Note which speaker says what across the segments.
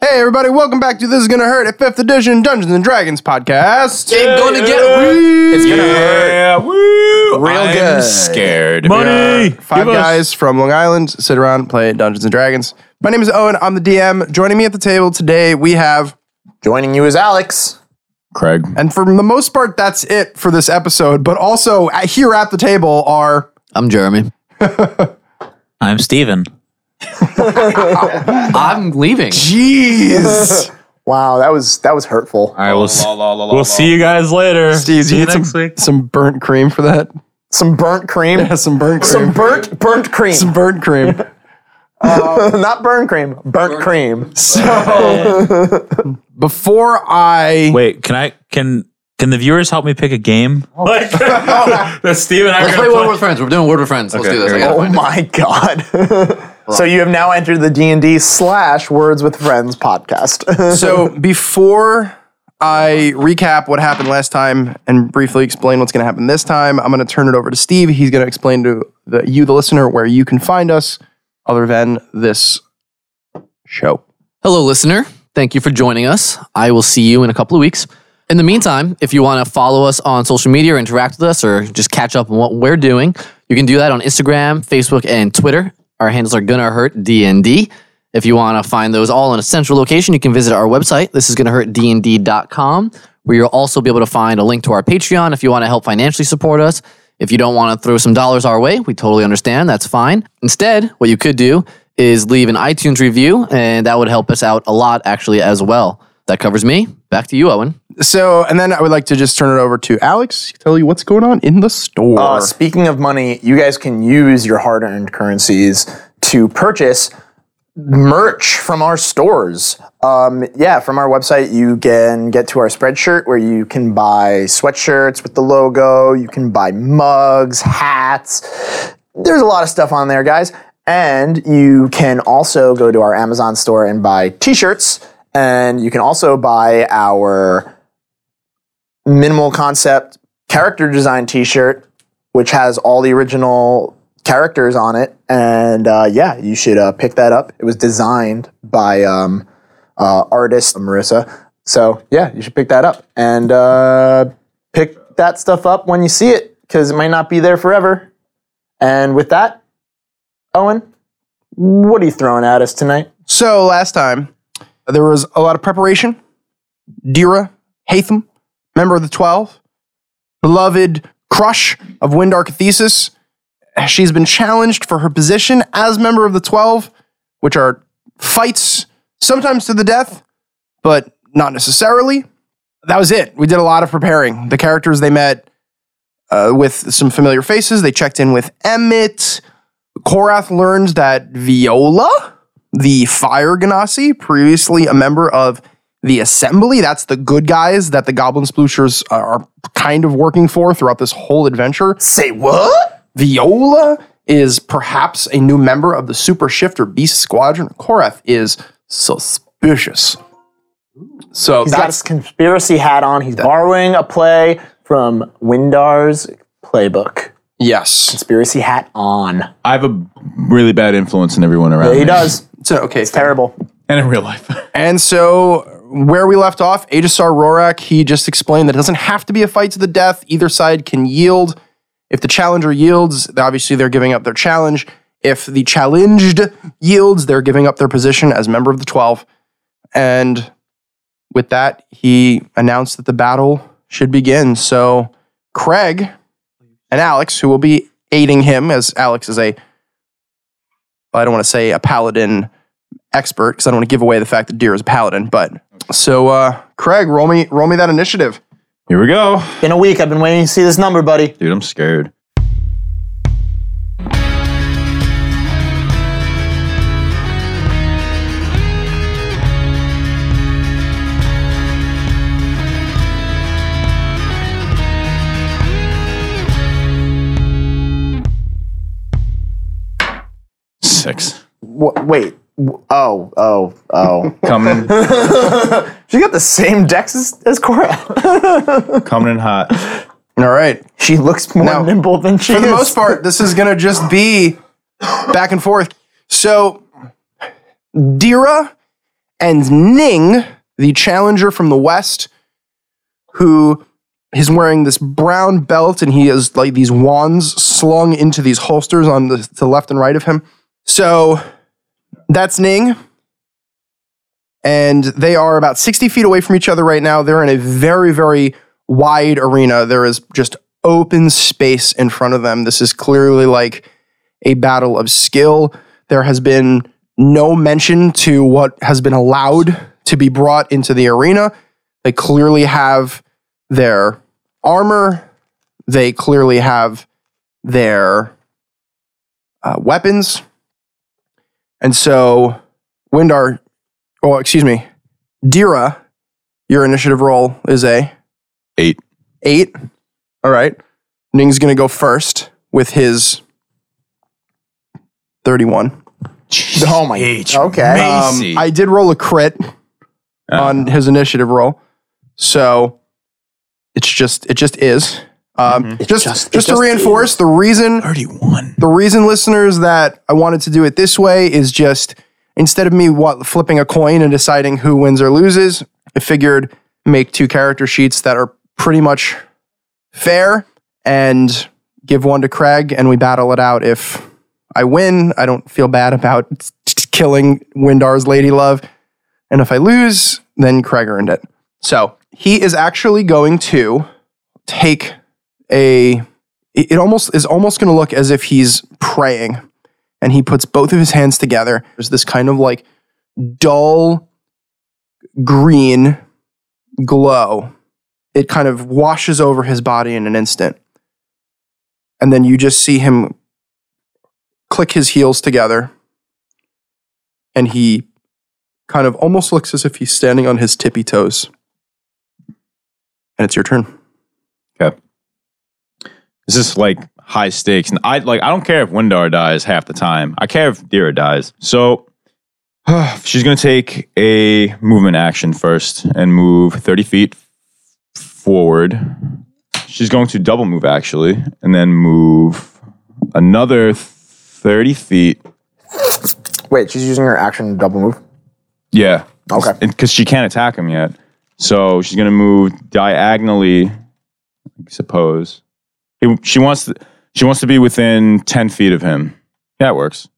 Speaker 1: Hey everybody, welcome back to This Is Gonna Hurt at 5th Edition Dungeons and Dragons podcast.
Speaker 2: I'm gonna get It's gonna hurt.
Speaker 3: Yeah, woo!
Speaker 2: Real
Speaker 3: I'm
Speaker 2: good.
Speaker 3: scared.
Speaker 4: Money.
Speaker 1: Five
Speaker 4: Give us-
Speaker 1: guys from Long Island sit around, play Dungeons and Dragons. My name is Owen, I'm the DM. Joining me at the table today, we have,
Speaker 2: Joining you is Alex.
Speaker 3: Craig.
Speaker 1: and for the most part, that's it for this episode, but also uh, here at the table are,
Speaker 2: I'm Jeremy.
Speaker 5: I'm Steven.
Speaker 2: I'm leaving.
Speaker 1: jeez.
Speaker 2: Wow, that was that was hurtful.
Speaker 3: I will. La, la, la, la,
Speaker 4: We'll see you guys later.
Speaker 1: Steve, do
Speaker 4: see
Speaker 1: you
Speaker 4: you
Speaker 1: need
Speaker 4: next
Speaker 1: some,
Speaker 4: week.
Speaker 1: some burnt cream for that?
Speaker 2: Some burnt cream.
Speaker 1: Some burnt cream.
Speaker 2: Some burnt burnt cream.
Speaker 1: Some burnt cream.
Speaker 2: Not burn cream. Burnt cream.
Speaker 1: Before I
Speaker 5: Wait, can I can can the viewers help me pick a game?
Speaker 4: Like, that Steve and I are
Speaker 6: Let's
Speaker 4: gonna
Speaker 6: play
Speaker 4: play.
Speaker 6: Word with Friends. We're doing Word with Friends. Let's
Speaker 3: Okay,
Speaker 6: do this. I
Speaker 3: here
Speaker 6: gotta
Speaker 2: Oh
Speaker 6: find it.
Speaker 2: my god. so you have now entered the D and D slash Words with Friends podcast.
Speaker 1: So before I recap what happened last time and briefly explain what's going to happen this time, I'm going to turn it over to Steve. He's going to explain to the, you, the listener, where you can find us other than this show.
Speaker 6: Hello, listener. Thank you for joining us. I will see you in a couple of weeks. In the meantime, if you want to follow us on social media or interact with us or just catch up on what we're doing, you can do that on Instagram, Facebook, and Twitter. Our handles are gonna hurt DND. If you want to find those all in a central location, you can visit our website. This is gonna hurt DND.com, where you'll also be able to find a link to our Patreon if you want to help financially support us. If you don't want to throw some dollars our way, we totally understand. That's fine. Instead, what you could do is leave an iTunes review, and that would help us out a lot, actually, as well. That covers me. Back to you, Owen.
Speaker 1: So, and then I would like to just turn it over to Alex, tell you what's going on in the store.
Speaker 2: Uh, speaking of money, you guys can use your hard earned currencies to purchase merch from our stores. Um, yeah, from our website, you can get to our spreadshirt where you can buy sweatshirts with the logo, you can buy mugs, hats. There's a lot of stuff on there, guys. And you can also go to our Amazon store and buy t shirts. And you can also buy our minimal concept character design t shirt which has all the original characters on it. And uh, yeah, you should uh, pick that up. It was designed by um, uh, artist Marissa. So yeah, you should pick that up and uh, pick that stuff up when you see it because it might not be there forever. And with that, Owen, what are you throwing at us tonight?
Speaker 1: So last time there was a lot of preparation. Dira, Hatham, member of the Twelve, beloved crush of Windark Thesis. She's been challenged for her position as member of the Twelve, which are fights, sometimes to the death, but not necessarily. That was it. We did a lot of preparing. The characters they met uh, with some familiar faces. They checked in with Emmett. Korath learns that Viola, the Fire Ganassi, previously a member of the Assembly. That's the good guys that the Goblin Splooshers are kind of working for throughout this whole adventure.
Speaker 2: Say what?
Speaker 1: Viola is perhaps a new member of the Super Shifter Beast Squadron. Korath is suspicious. So
Speaker 2: He's got
Speaker 1: that's
Speaker 2: his conspiracy hat on. He's borrowing a play from Windar's playbook.
Speaker 1: yes.
Speaker 2: Conspiracy hat on.
Speaker 3: I have a really bad influence on everyone around
Speaker 2: He
Speaker 3: me.
Speaker 2: does.
Speaker 1: It's an okay. thing.
Speaker 2: Terrible.
Speaker 3: And in real life.
Speaker 1: And so, where we left off, Aegisar Rorak, he just explained that it doesn't have to be a fight to the death. Either side can yield. If the challenger yields, obviously they're giving up their challenge. If the challenged yields, they're giving up their position as member of the 12. And with that, he announced that the battle should begin. So, Craig and Alex, who will be aiding him, as Alex is a, I don't want to say a paladin expert because I don't want to give away the fact that Deer is a paladin. But so, uh, Craig, roll me, roll me that initiative.
Speaker 3: Here we go.
Speaker 2: Been a week. I've been waiting to see this number, buddy.
Speaker 3: Dude, I'm scared. Six.
Speaker 2: Wh- wait. Wh- Oh, oh, oh.
Speaker 3: Coming,
Speaker 2: she got the same dex as, as Cora.
Speaker 3: coming in hot.
Speaker 1: All right.
Speaker 2: She looks more
Speaker 1: Now,
Speaker 2: nimble than she
Speaker 1: For the
Speaker 2: is.
Speaker 1: most part, this is gonna just be back and forth. So, Dira and Ning, the challenger from the West, who is wearing this brown belt and he has like these wands slung into these holsters on the, to the left and right of him. So that's Ning. And they are about 60 feet away from each other right now. They're in a very, very wide arena. There is just open space in front of them. This is clearly like a battle of skill. There has been no mention to what has been allowed to be brought into the arena. They clearly have their armor, they clearly have their uh, weapons. And so, Windar, oh, excuse me, Dira, your initiative roll is a
Speaker 3: Eight.
Speaker 1: Eight. All right. Ning's going to go first with his 31.
Speaker 2: Oh my. Okay.
Speaker 3: Macy.
Speaker 1: Um, I did roll a crit
Speaker 3: Uh,
Speaker 1: on his initiative roll. So it's just it just is. Um,
Speaker 3: Mm-hmm.
Speaker 1: just,
Speaker 2: just-
Speaker 1: just
Speaker 2: it
Speaker 1: to
Speaker 2: just
Speaker 1: reinforce the reason
Speaker 3: 31.
Speaker 1: the reason listeners that I wanted to do it this way is just instead of me what flipping a coin and deciding who wins or loses, I figured make two character sheets that are pretty much fair and give one to Craig and we battle it out if I win, I don't feel bad about killing Windar's lady love. And if I lose, then Craig earned it. So, he is actually going to take a it it almost is almost going to look as if he's praying and he puts both of his hands together there's this kind of like dull green glow it kind of washes over his body in an instant and then you just see him click his heels together and he kind of almost looks as if he's standing on his tippy toes and it's your turn
Speaker 3: This is like high stakes. And I like I don't care if Windar dies half the time. I care if Dira dies. So she's gonna take a movement action first and move 30 feet forward. She's going to double move actually, and then move another 30 feet.
Speaker 2: Wait, she's using her action to double move.
Speaker 3: Yeah.
Speaker 2: Okay.
Speaker 3: Because she can't attack him yet. So she's going to move diagonally, I suppose. It- she, wants to, she wants to be within 10 feet of him. That works.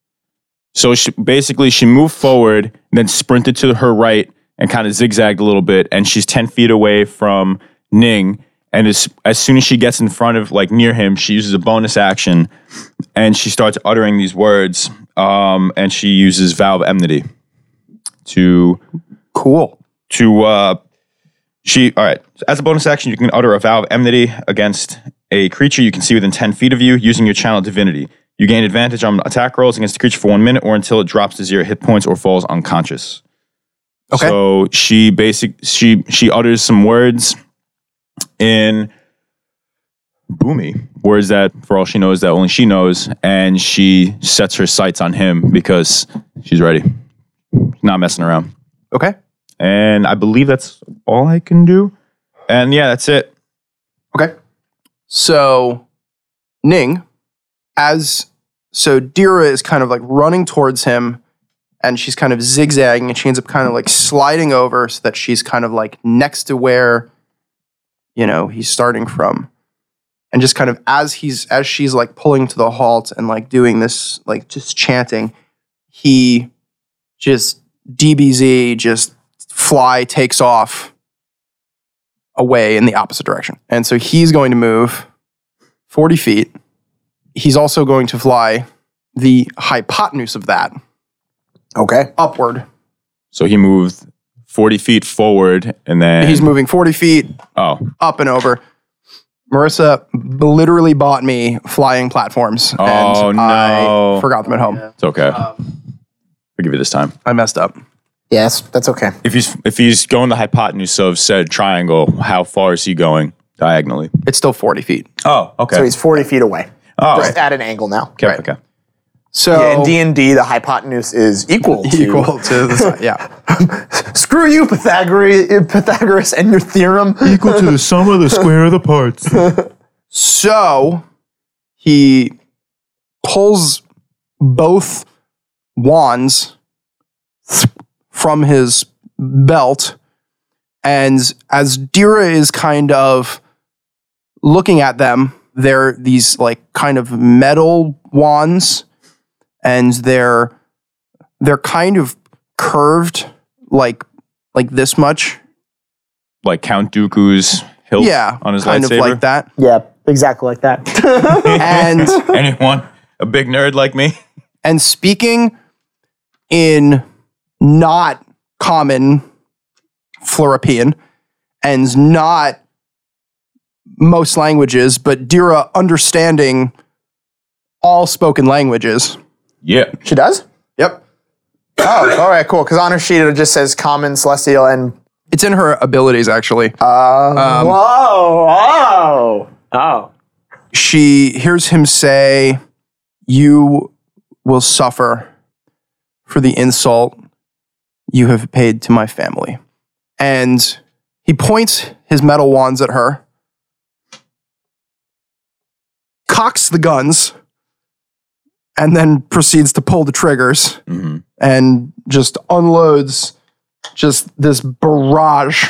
Speaker 3: So she, basically, she moved forward, then sprinted to her right and kind of zigzagged a little bit. And she's 10 feet away from Ning. And as, as soon as she gets in front of, like near him, she uses a bonus action and she starts uttering these words. Um, and she uses Valve Enmity to
Speaker 1: cool
Speaker 3: to uh she all right So as a bonus action you can utter a vow of enmity against a creature you can see within 10 feet of you using your channel divinity you gain advantage on attack rolls against the creature for one minute or until it drops to zero hit points or falls unconscious
Speaker 1: Okay.
Speaker 3: so she basic she she utters some words in boomy words that for all she knows that only she knows and she sets her sights on him because she's ready not messing around
Speaker 1: okay
Speaker 3: and I believe that's all I can do. And yeah, that's it.
Speaker 1: Okay. So, Ning, as so Dira is kind of like running towards him and she's kind of zigzagging and she ends up kind of like sliding over so that she's kind of like next to where, you know, he's starting from. And just kind of as he's, as she's like pulling to the halt and like doing this, like just chanting, he just DBZ, just fly takes off away in the opposite direction. And so he's going to move 40 feet. He's also going to fly the hypotenuse of that
Speaker 2: Okay.
Speaker 1: upward.
Speaker 3: So he moved 40 feet forward and then
Speaker 1: He's moving 40 feet
Speaker 3: Oh,
Speaker 1: up and over. Marissa b- literally bought me flying platforms.
Speaker 3: Oh,
Speaker 1: and I
Speaker 3: no.
Speaker 1: forgot them at home.
Speaker 3: it's okay. I'll give you this time.
Speaker 1: I messed up.
Speaker 2: Yes, that's okay.
Speaker 3: If he's if he's going the hypotenuse of said triangle, how far is he going diagonally?
Speaker 1: It's still 40 feet.
Speaker 3: Oh, okay.
Speaker 2: So he's 40 feet away.
Speaker 3: oh,
Speaker 2: Just at an angle now.
Speaker 3: okay, okay.
Speaker 1: So
Speaker 2: Yeah, in D and D, the hypotenuse is equal to
Speaker 1: equal to the side. Yeah.
Speaker 2: Screw you, Pythagoras, Pythagoras, and your theorem.
Speaker 7: equal to the sum of the square of the parts.
Speaker 1: So he pulls both wands from his belt. And as Dira is kind of looking at them, they're these like kind of metal wands, and they're they're kind of curved like like this much.
Speaker 3: Like Count Dooku's hilt
Speaker 1: yeah,
Speaker 3: on his
Speaker 1: kind
Speaker 3: lightsaber.
Speaker 1: of like that.
Speaker 2: Yeah, exactly like that.
Speaker 1: And
Speaker 3: Anyone? A big nerd like me?
Speaker 1: and speaking in not common Floripian and not most languages, but Dira understanding all spoken languages.
Speaker 3: Yeah.
Speaker 2: she does?
Speaker 1: Yep.
Speaker 2: Oh, all right, cool. Because on her sheet, it just says common, celestial, and.
Speaker 1: It's in her abilities, actually.
Speaker 2: Uh,
Speaker 4: Whoa! Oh! Oh!
Speaker 1: she hears him say, You will suffer for the insult you have paid to my family. And he points his metal wands at her, cocks the guns, and then proceeds to pull the triggers
Speaker 3: hmm
Speaker 1: and just unloads just this barrage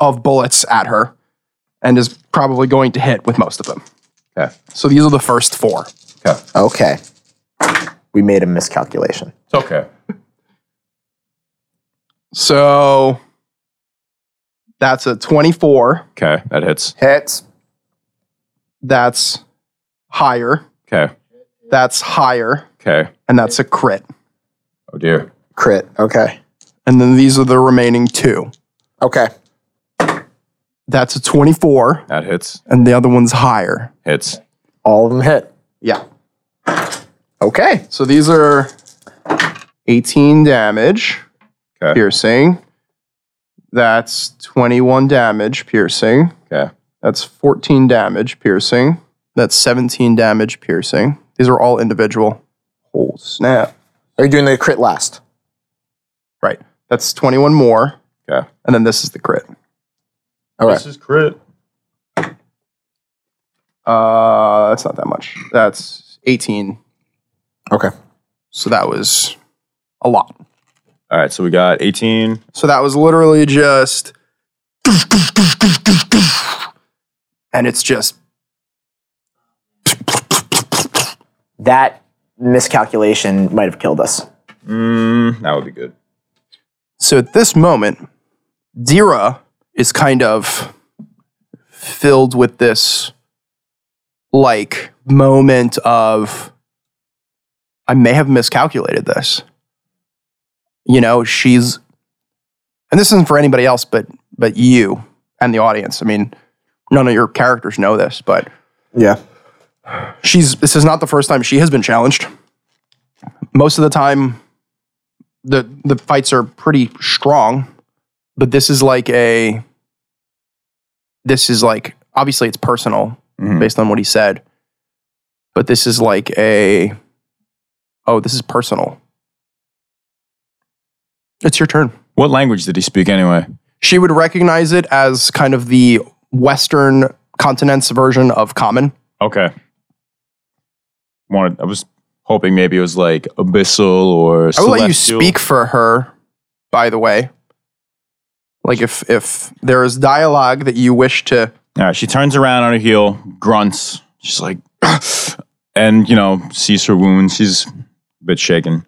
Speaker 1: of bullets at her and is probably going to hit with most of them.
Speaker 3: Okay.
Speaker 1: So these are the first four.
Speaker 3: Okay.
Speaker 2: okay. We made a miscalculation.
Speaker 3: It's okay.
Speaker 1: So that's a 24.
Speaker 3: Okay. That hits.
Speaker 2: Hits.
Speaker 1: That's higher.
Speaker 3: Okay.
Speaker 1: That's higher.
Speaker 3: Okay.
Speaker 1: And that's a crit.
Speaker 3: Oh, dear.
Speaker 2: Crit. Okay.
Speaker 1: And then these are the remaining two.
Speaker 2: Okay.
Speaker 1: That's a 24.
Speaker 3: That hits.
Speaker 1: And the other one's higher.
Speaker 3: Hits.
Speaker 2: All of them hit.
Speaker 1: Yeah.
Speaker 2: Okay.
Speaker 1: So these are 18 damage
Speaker 3: Okay.
Speaker 1: piercing. That's 21 damage piercing.
Speaker 3: Okay.
Speaker 1: That's 14 damage piercing. That's 17 damage piercing. These are all individual. Oh, snap.
Speaker 2: Are you doing the crit last?
Speaker 1: Right. That's 21 more.
Speaker 3: Okay.
Speaker 1: And then this is the crit.
Speaker 2: All right.
Speaker 4: This is crit.
Speaker 1: Uh, that's not that much. That's 18.
Speaker 2: Okay.
Speaker 1: So that was a lot.
Speaker 3: All right. So we got 18.
Speaker 1: So that was literally just. And it's just
Speaker 2: That miscalculation might have killed us.
Speaker 3: Mm, that would be good.
Speaker 1: So at this moment, Dira is kind of filled with this like moment of I may have miscalculated this. You know, she's and this isn't for anybody else but but you and the audience. I mean, none of your characters know this, but
Speaker 2: Yeah.
Speaker 1: she's this is not the first time she has been challenged. Most of the time the the fights are pretty strong, but this is like a this is like obviously it's personal
Speaker 3: Mhm.
Speaker 1: based on what he said. But this is like a oh, this is personal. It's your turn.
Speaker 3: What language did he speak anyway?
Speaker 1: She would recognize it as kind of the western continent's version of common.
Speaker 3: Okay. Wanted. I was hoping maybe it was like abyssal or.
Speaker 1: I will let you
Speaker 3: celestial.
Speaker 1: speak for her, by the way. Like if if there is dialogue that you wish to
Speaker 3: All right. She turns around on her heel, grunts. She's like, and you know, sees her wound. She's a bit shaken.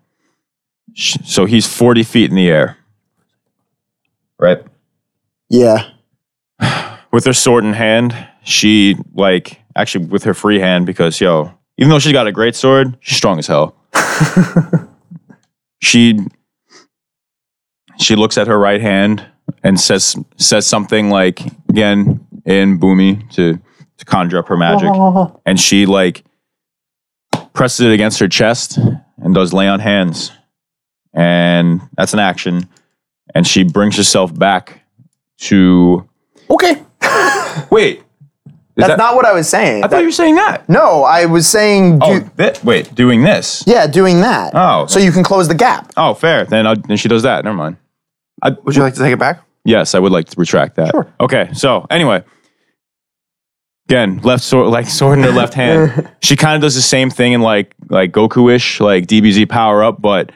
Speaker 3: Sh so he's forty feet in the air. Right.
Speaker 2: Yeah.
Speaker 3: With her sword in hand, she like actually with her free hand because yo, even though she's got a great sword, she's strong as hell. she she looks at her right hand and says says something like again in boomy to to conjure up her magic and she like presses it against her chest and does lay on hands and that's an action and she brings herself back to
Speaker 2: Okay.
Speaker 3: wait is
Speaker 2: That's
Speaker 3: that-
Speaker 2: not what I was saying.
Speaker 3: i thought you were saying that
Speaker 2: no, I was saying. Do-
Speaker 3: oh thi- wait doing this
Speaker 2: Yeah, doing that.
Speaker 3: Oh,
Speaker 2: So you can close the gap.
Speaker 3: oh fair then, I, then she does that never mind
Speaker 1: would you like to take it back?
Speaker 3: Yes, I would like to retract that. Sure. Okay. So anyway, again, left sword, like sword in her left hand. She kind of does the same thing in like like Goku ish, like DBZ power up, but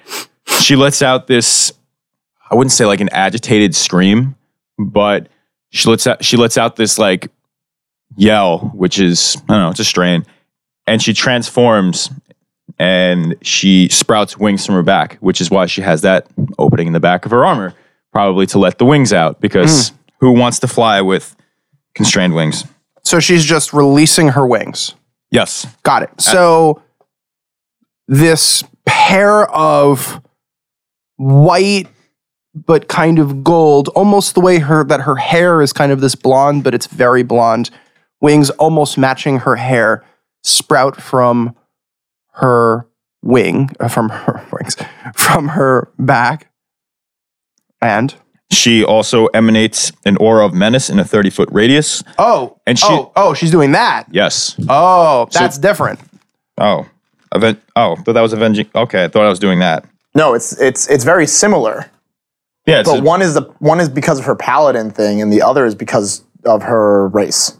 Speaker 3: she lets out this I wouldn't say like an agitated scream, but she lets out she lets out this like yell, which is I don't know, it's a strain, and she transforms and she sprouts wings from her back, which is why she has that opening in the back of her armor, probably to let the wings out because
Speaker 1: Mm.
Speaker 3: who wants to fly with constrained wings?
Speaker 1: So she's just releasing her wings.
Speaker 3: Yes,
Speaker 1: Got it. So this pair of white but kind of gold, almost the way her that her hair is kind of this blonde, but it's very blonde, wings almost matching her hair sprout from her wing, uh, from her wings, from her back. And
Speaker 3: She also emanates an aura of menace in a 30 foot radius.
Speaker 1: oh,
Speaker 3: And she-
Speaker 1: oh, oh, she's doing that.
Speaker 3: Yes.
Speaker 1: Oh, that's different.
Speaker 3: Oh. Aven- oh, thought that was avenging. Okay, I thought I was doing that.
Speaker 2: No, it's it's it's very similar.
Speaker 3: Yeah, it's
Speaker 2: But one is the one is because of her paladin thing, and the other is because of her race.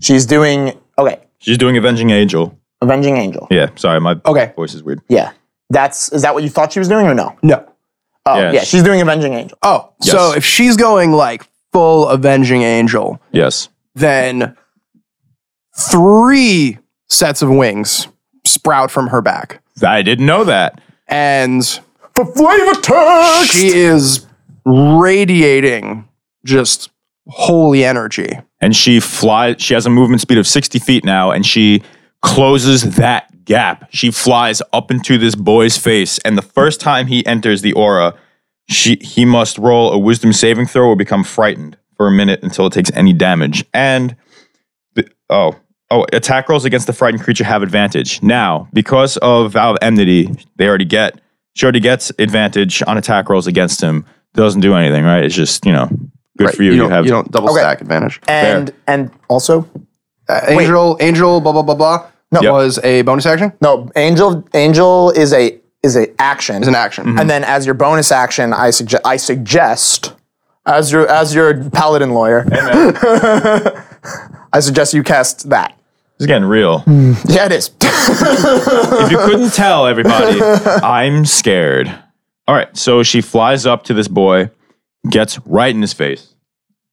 Speaker 2: She's doing okay.
Speaker 3: she's doing Avenging Angel.
Speaker 2: Avenging Angel.
Speaker 3: Yeah, sorry, my
Speaker 1: Okay.
Speaker 3: voice is weird.
Speaker 2: Yeah, that's is that what you thought she was doing or no?
Speaker 1: No.
Speaker 2: Oh
Speaker 3: Yeah,
Speaker 2: yeah,
Speaker 3: she-
Speaker 2: she's doing Avenging Angel.
Speaker 1: Oh, so
Speaker 3: Yes.
Speaker 1: if she's going like full avenging angel,
Speaker 3: Yes.
Speaker 1: then three sets of wings sprout from her back.
Speaker 3: I didn't know that.
Speaker 1: And
Speaker 2: For flavor text.
Speaker 1: she is radiating just holy energy.
Speaker 3: And she flies, she has a movement speed of 60 feet now, and she closes that gap. She flies up into this boy's face, and the first time he enters the aura, she, he must roll a wisdom saving throw or become frightened for a minute until it takes any damage. And the, oh, oh, attack rolls against the frightened creature have advantage. Now, because of Vow of Enmity, they already get, she already gets advantage on attack rolls against him. Doesn't do anything, right? It's just, you know, good for you.
Speaker 1: don't,
Speaker 3: have
Speaker 1: you don't double
Speaker 2: Okay.
Speaker 1: stack advantage.
Speaker 2: and and also
Speaker 1: Uh, angel, angel, blah blah blah blah. No,
Speaker 3: Yep.
Speaker 1: was a bonus action.
Speaker 2: no angel angel is a is mm-hmm. a action
Speaker 1: It's an action.
Speaker 2: and then as your bonus action i suggest i suggest as your as your paladin lawyer i suggest you cast that
Speaker 3: It's getting real.
Speaker 2: yeah it is
Speaker 3: if you couldn't tell, everybody, I'm scared. All right, so she flies up to this boy, gets right in his face,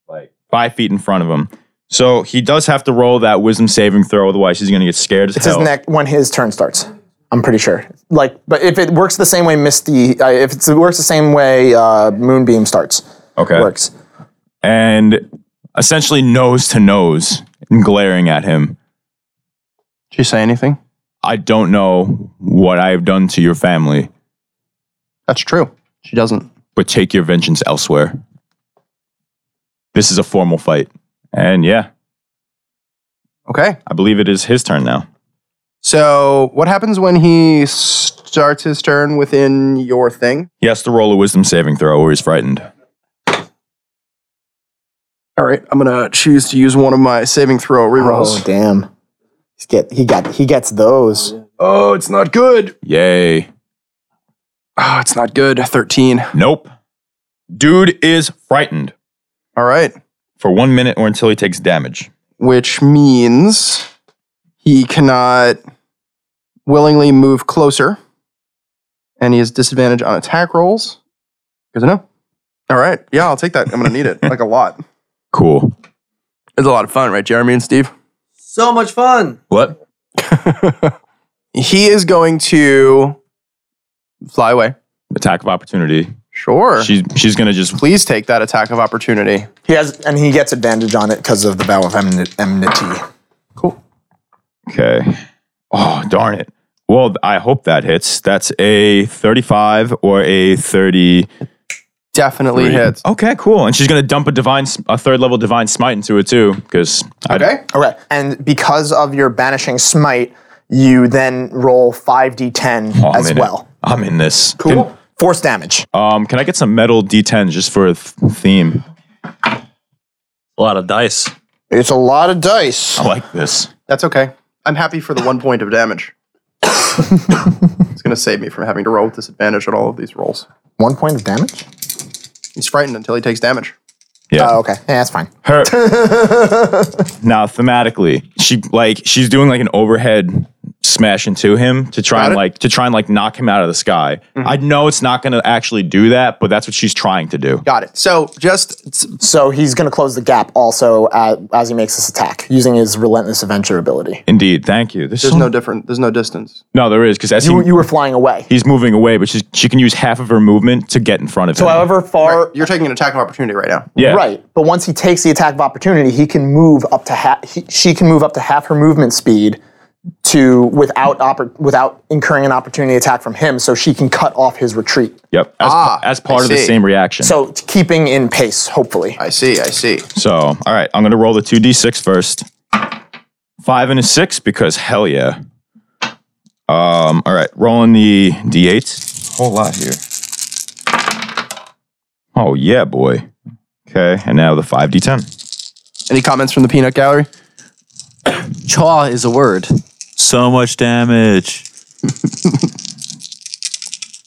Speaker 3: like five feet in front of him. So he does have to roll that wisdom saving throw, otherwise he's gonna get scared as
Speaker 2: it's his
Speaker 3: hell.
Speaker 2: neck when his turn starts i'm pretty sure like but if it works the same way misty uh, if it's, it works the same way uh, moonbeam starts
Speaker 3: Okay,
Speaker 2: works
Speaker 3: and essentially nose to nose and glaring at him.
Speaker 1: Did she say anything?
Speaker 3: I don't know what I have done to your family,
Speaker 1: That's true. She doesn't.
Speaker 3: but take your vengeance elsewhere. This is a formal fight, and yeah,
Speaker 1: Okay.
Speaker 3: I believe it is his turn now.
Speaker 1: So what happens when he starts his turn within your thing?
Speaker 3: He has to roll a wisdom saving throw or he's frightened.
Speaker 1: All right, I'm gonna choose to use one of my saving throw
Speaker 2: oh
Speaker 1: rerolls.
Speaker 2: damn He's get, he got he gets those
Speaker 1: Oh, it's not good.
Speaker 3: Yay.
Speaker 1: Oh, it's not good. 13.
Speaker 3: Nope. Dude is frightened
Speaker 1: All right,
Speaker 3: for one minute or until he takes damage.
Speaker 1: which means he cannot willingly move closer, and he has disadvantage on attack rolls. Good to know. All right, yeah, I'll take that. I'm gonna need it like a lot.
Speaker 3: Cool.
Speaker 1: It's a lot of fun, right, Jeremy and Steve?
Speaker 8: So much fun.
Speaker 3: What?
Speaker 1: He is going to fly away.
Speaker 3: Attack of opportunity.
Speaker 1: Sure.
Speaker 3: She's she's gonna just
Speaker 1: Please take that attack of opportunity.
Speaker 2: he has and he gets advantage on it because of the vow of Emni- enmity
Speaker 3: Okay. Oh, darn it. Well, I hope that hits. That's a 35 or a 30.
Speaker 1: Definitely hits.
Speaker 3: Okay, cool. And she's gonna dump a divine s- a third level divine smite into it too, because
Speaker 1: Okay.
Speaker 2: Okay. And because of your banishing smite, you then roll 5d10
Speaker 3: Oh,
Speaker 2: as well.
Speaker 3: I'm in this.
Speaker 2: Cool. Force damage.
Speaker 3: Can, um, can I get some metal D10s just for a th- theme?
Speaker 5: A lot of dice.
Speaker 2: It's a lot of dice.
Speaker 3: I like this.
Speaker 1: That's okay. I'm happy for the one point of damage. it's going to save me from having to roll with disadvantage on all of these rolls.
Speaker 2: One point of damage?
Speaker 1: He's frightened until he takes damage.
Speaker 3: Yeah.
Speaker 2: Oh, okay. Yeah, that's fine.
Speaker 3: her now thematically she like she's doing like an overhead smash into him to try
Speaker 1: Got
Speaker 3: and
Speaker 1: it.
Speaker 3: like to try and like knock him out of the sky. I know it's not going to actually do that, but that's what she's trying to do.
Speaker 1: Got it. So just
Speaker 2: So he's going to close the gap also uh, as he makes this attack using his relentless adventure ability.
Speaker 3: Indeed, thank you. There's,
Speaker 1: there's
Speaker 3: so-
Speaker 1: no different. There's no distance.
Speaker 3: no, there is because as
Speaker 2: You,
Speaker 3: he,
Speaker 2: you were flying away.
Speaker 3: he's moving away, but she's, she can use half of her movement to get in front of him.
Speaker 2: However far.
Speaker 1: You're taking an attack of opportunity right now.
Speaker 3: yeah,
Speaker 2: Right, but once he takes the attack of opportunity, he can move up to half. He, she can move up to half her movement speed to without oppor- without incurring an opportunity attack from him, so she can cut off his retreat.
Speaker 3: Yep. As,
Speaker 1: Ah,
Speaker 3: as part
Speaker 1: I
Speaker 3: of the
Speaker 1: see.
Speaker 3: same reaction.
Speaker 2: So it's keeping in pace, hopefully.
Speaker 1: I see. I see.
Speaker 3: So, all right, I'm gonna roll the two d6 first. Five and a six because hell yeah. Um, all right, rolling the d8. Whole lot here. Oh yeah, boy. Okay, and now the five d10.
Speaker 1: Any comments from the peanut gallery?
Speaker 6: Chaw is a word.
Speaker 5: So much damage.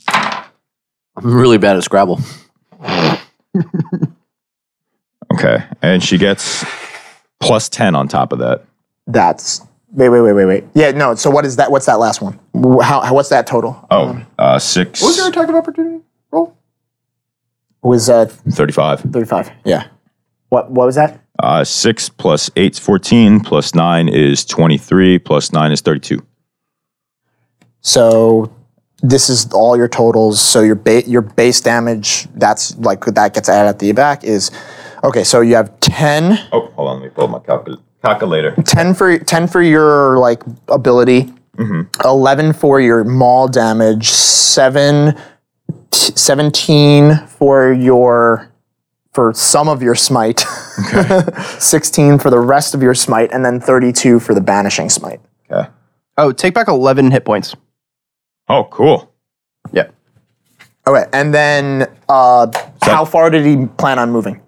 Speaker 6: I'm really bad at Scrabble.
Speaker 3: Okay, and she gets plus ten on top of that.
Speaker 2: That's wait, wait, wait, wait, wait. Yeah, no. So what is that? What's that last one? Wh- How, how what's that total?
Speaker 3: Oh, uh, six.
Speaker 1: Um, What was your attack of opportunity? Roll.
Speaker 2: It was uh,
Speaker 3: Thirty-five.
Speaker 2: thirty-five. Yeah. What what was that?
Speaker 3: Uh, six plus eight's fourteen. Plus nine is twenty-three. Plus nine is thirty-two.
Speaker 2: So this is all your totals. So your ba- your base damage that's like that gets added at the back is okay. So you have 10,
Speaker 3: Oh, hold on, let me pull my calcul- calculator.
Speaker 2: 10 for ten for your like ability, eleven for your maul damage, seven. t- 17 for your for some of your smite 16 for the rest of your smite and then 32 for the banishing smite
Speaker 3: Okay.
Speaker 1: Oh, take back 11 hit points.
Speaker 3: Oh, cool.
Speaker 1: Yeah.
Speaker 2: Okay, and then uh, how far did he plan on moving?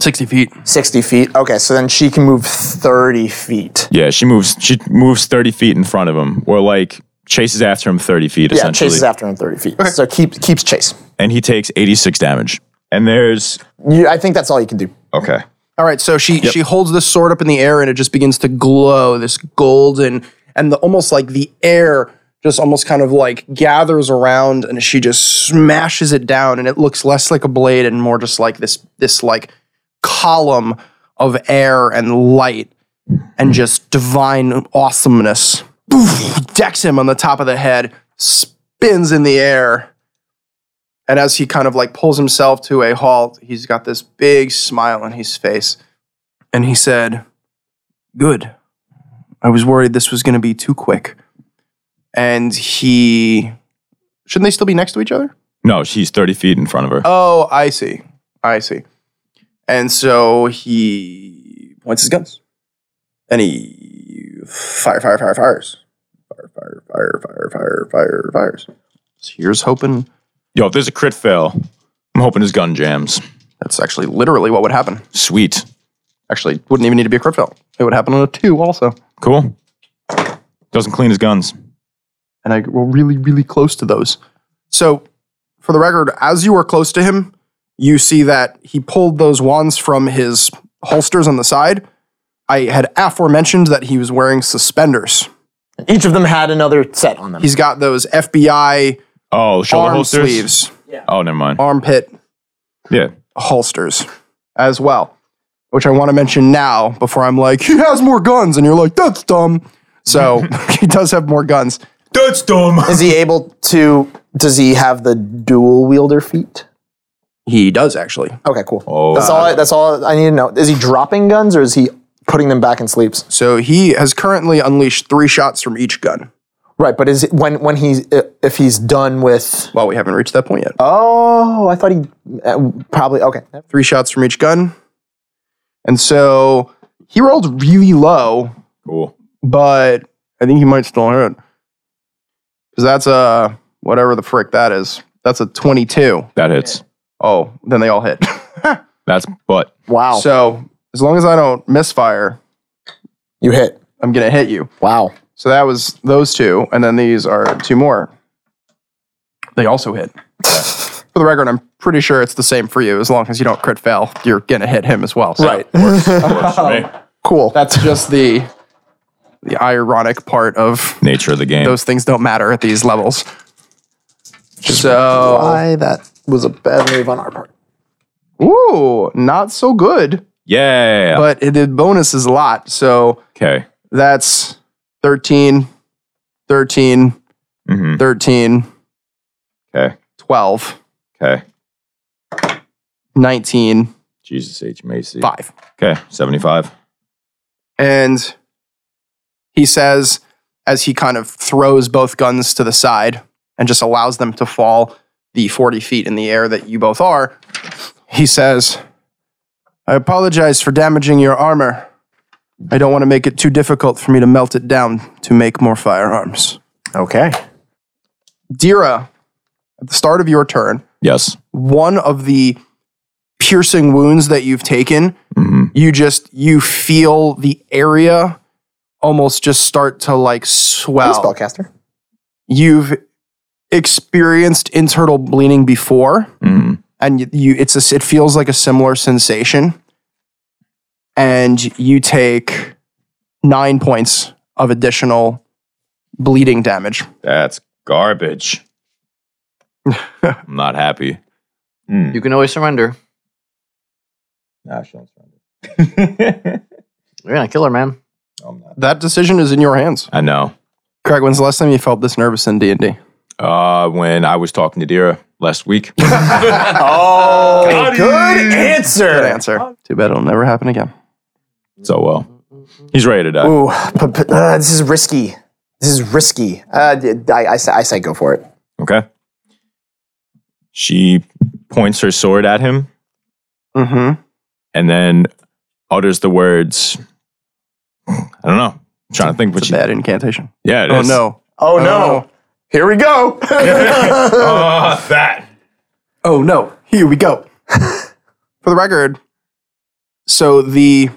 Speaker 1: 60 feet.
Speaker 2: 60 feet. Okay, so then she can move 30 feet.
Speaker 3: Yeah, she moves. She moves thirty feet in front of him, or like chases after him thirty feet
Speaker 2: Yeah,
Speaker 3: essentially,
Speaker 2: chases after him 30 feet. So keep, keeps chase.
Speaker 3: and he takes eighty-six damage. And there's
Speaker 2: You, I think that's all you can do.
Speaker 3: okay.
Speaker 1: All right, so she she holds this sword up in the air and it just begins to glow, this golden and the almost like the air just almost kind of like gathers around and she just smashes it down and it looks less like a blade and more just like this this like column of air and light and just divine awesomeness. Poof, decks him on the top of the head, spins in the air. And as he kind of like pulls himself to a halt, he's got this big smile on his face. And he said, Good. I was worried this was going to be too quick. And he. Shouldn't they still be next to each other?
Speaker 3: No, she's thirty feet in front of her.
Speaker 1: Oh, I see. I see. And so he points his guns. And he. Fire, fire, fire, fires. Fire, fire, fire, fire, fire, fire, fires. So here's hoping
Speaker 3: Yo, if there's a crit fail, I'm hoping his gun jams.
Speaker 1: that's actually literally what would happen.
Speaker 3: Sweet,
Speaker 1: actually wouldn't even need to be a crit fail. It would happen on a two also.
Speaker 3: cool. Doesn't clean his guns.
Speaker 1: And I were really, really close to those. So for the record, as you were close to him, you see that he pulled those wands from his holsters on the side. I had aforementioned that he was wearing suspenders.
Speaker 2: Each of them had another set on them.
Speaker 1: He's got those FBI
Speaker 3: Oh, shoulder
Speaker 1: arm
Speaker 3: holsters.
Speaker 1: sleeves,
Speaker 3: Oh, never mind.
Speaker 1: armpit
Speaker 3: Yeah.
Speaker 1: holsters as well, which I want to mention now before I'm like, he has more guns. And you're like, that's dumb. So he does have more guns.
Speaker 7: That's dumb.
Speaker 2: Is he able to, does he have the dual wielder feet?
Speaker 1: He does actually.
Speaker 2: Okay, cool.
Speaker 3: Oh.
Speaker 2: That's, all I, that's all I need to know. Is he dropping guns or is he putting them back in sleeves?
Speaker 1: So he has currently unleashed three shots from each gun.
Speaker 2: Right, but is it when, when he's, if he's done with,
Speaker 1: Well, we haven't reached that point yet.
Speaker 2: oh, I thought he uh, probably, okay.
Speaker 1: Three shots from each gun. And so he rolled really low,
Speaker 3: Cool.
Speaker 1: but I think he might still hit. Because that's a whatever the frick that is. That's a 22.
Speaker 3: That hits.
Speaker 1: Oh, then they all hit.
Speaker 3: That's but
Speaker 2: Wow.
Speaker 1: so as long as I don't misfire,
Speaker 2: you hit.
Speaker 1: I'm going to hit you.
Speaker 2: Wow.
Speaker 1: So that was those two. And then these are two more. They also hit. For the record, I'm pretty sure it's the same for you. As long as you don't crit fail, you're going to hit him as well. So
Speaker 2: Right.
Speaker 3: works for me.
Speaker 1: Cool. That's just the the ironic part of
Speaker 3: Nature of the game.
Speaker 1: those things don't matter at these levels.
Speaker 2: So why that was a bad move on our part.
Speaker 1: Ooh, not so good,
Speaker 3: yeah.
Speaker 1: but it, the bonus is a lot. So
Speaker 3: okay.
Speaker 1: that's 13, 13,
Speaker 3: hmm
Speaker 1: 13,
Speaker 3: Okay.
Speaker 1: 12,
Speaker 3: Okay.
Speaker 1: 19,
Speaker 3: Jesus H Macy.
Speaker 1: 5.
Speaker 3: Okay. Seventy-five.
Speaker 1: And he says, as he kind of throws both guns to the side and just allows them to fall the 40 feet in the air that you both are, he says, I apologize for damaging your armor. I don't want to make it too difficult for me to melt it down to make more firearms.
Speaker 2: Okay.
Speaker 1: Dira, at the start of your turn,
Speaker 3: Yes.
Speaker 1: one of the piercing wounds that you've taken
Speaker 3: hmm
Speaker 1: you just you feel the area almost just start to like swell.
Speaker 2: Spellcaster.
Speaker 1: You've experienced internal bleeding before,
Speaker 3: hmm
Speaker 1: and you, you it's a, s- it feels like a similar sensation, and you take nine points of additional bleeding damage.
Speaker 3: That's garbage. I'm not happy. Mm.
Speaker 6: You can always surrender.
Speaker 3: Nah, she don't surrender.
Speaker 6: You're gonna kill her, man.
Speaker 3: I'm not.
Speaker 1: That decision is in your hands.
Speaker 3: I know.
Speaker 1: Craig, when's the last time you felt this nervous in D and D?
Speaker 3: Uh, when I was talking to Dira last week.
Speaker 2: Oh, good
Speaker 1: Good
Speaker 2: answer.
Speaker 1: answer. Too bad it'll never happen again.
Speaker 3: so well. He's ready to die.
Speaker 2: Ooh, p- p- uh, this is risky. This is risky. Uh, d- I, I, say, I say go for it.
Speaker 3: Okay. She points her sword at him
Speaker 1: Mm-hmm.
Speaker 3: and then utters the words. I don't know. I'm trying to think what
Speaker 1: It's a
Speaker 3: she.
Speaker 1: bad incantation.
Speaker 3: Yeah. it
Speaker 1: Oh
Speaker 3: is.
Speaker 1: no.
Speaker 2: Oh, no. Here we go.
Speaker 3: Oh, that.
Speaker 1: Oh no, here we go. For the record, so the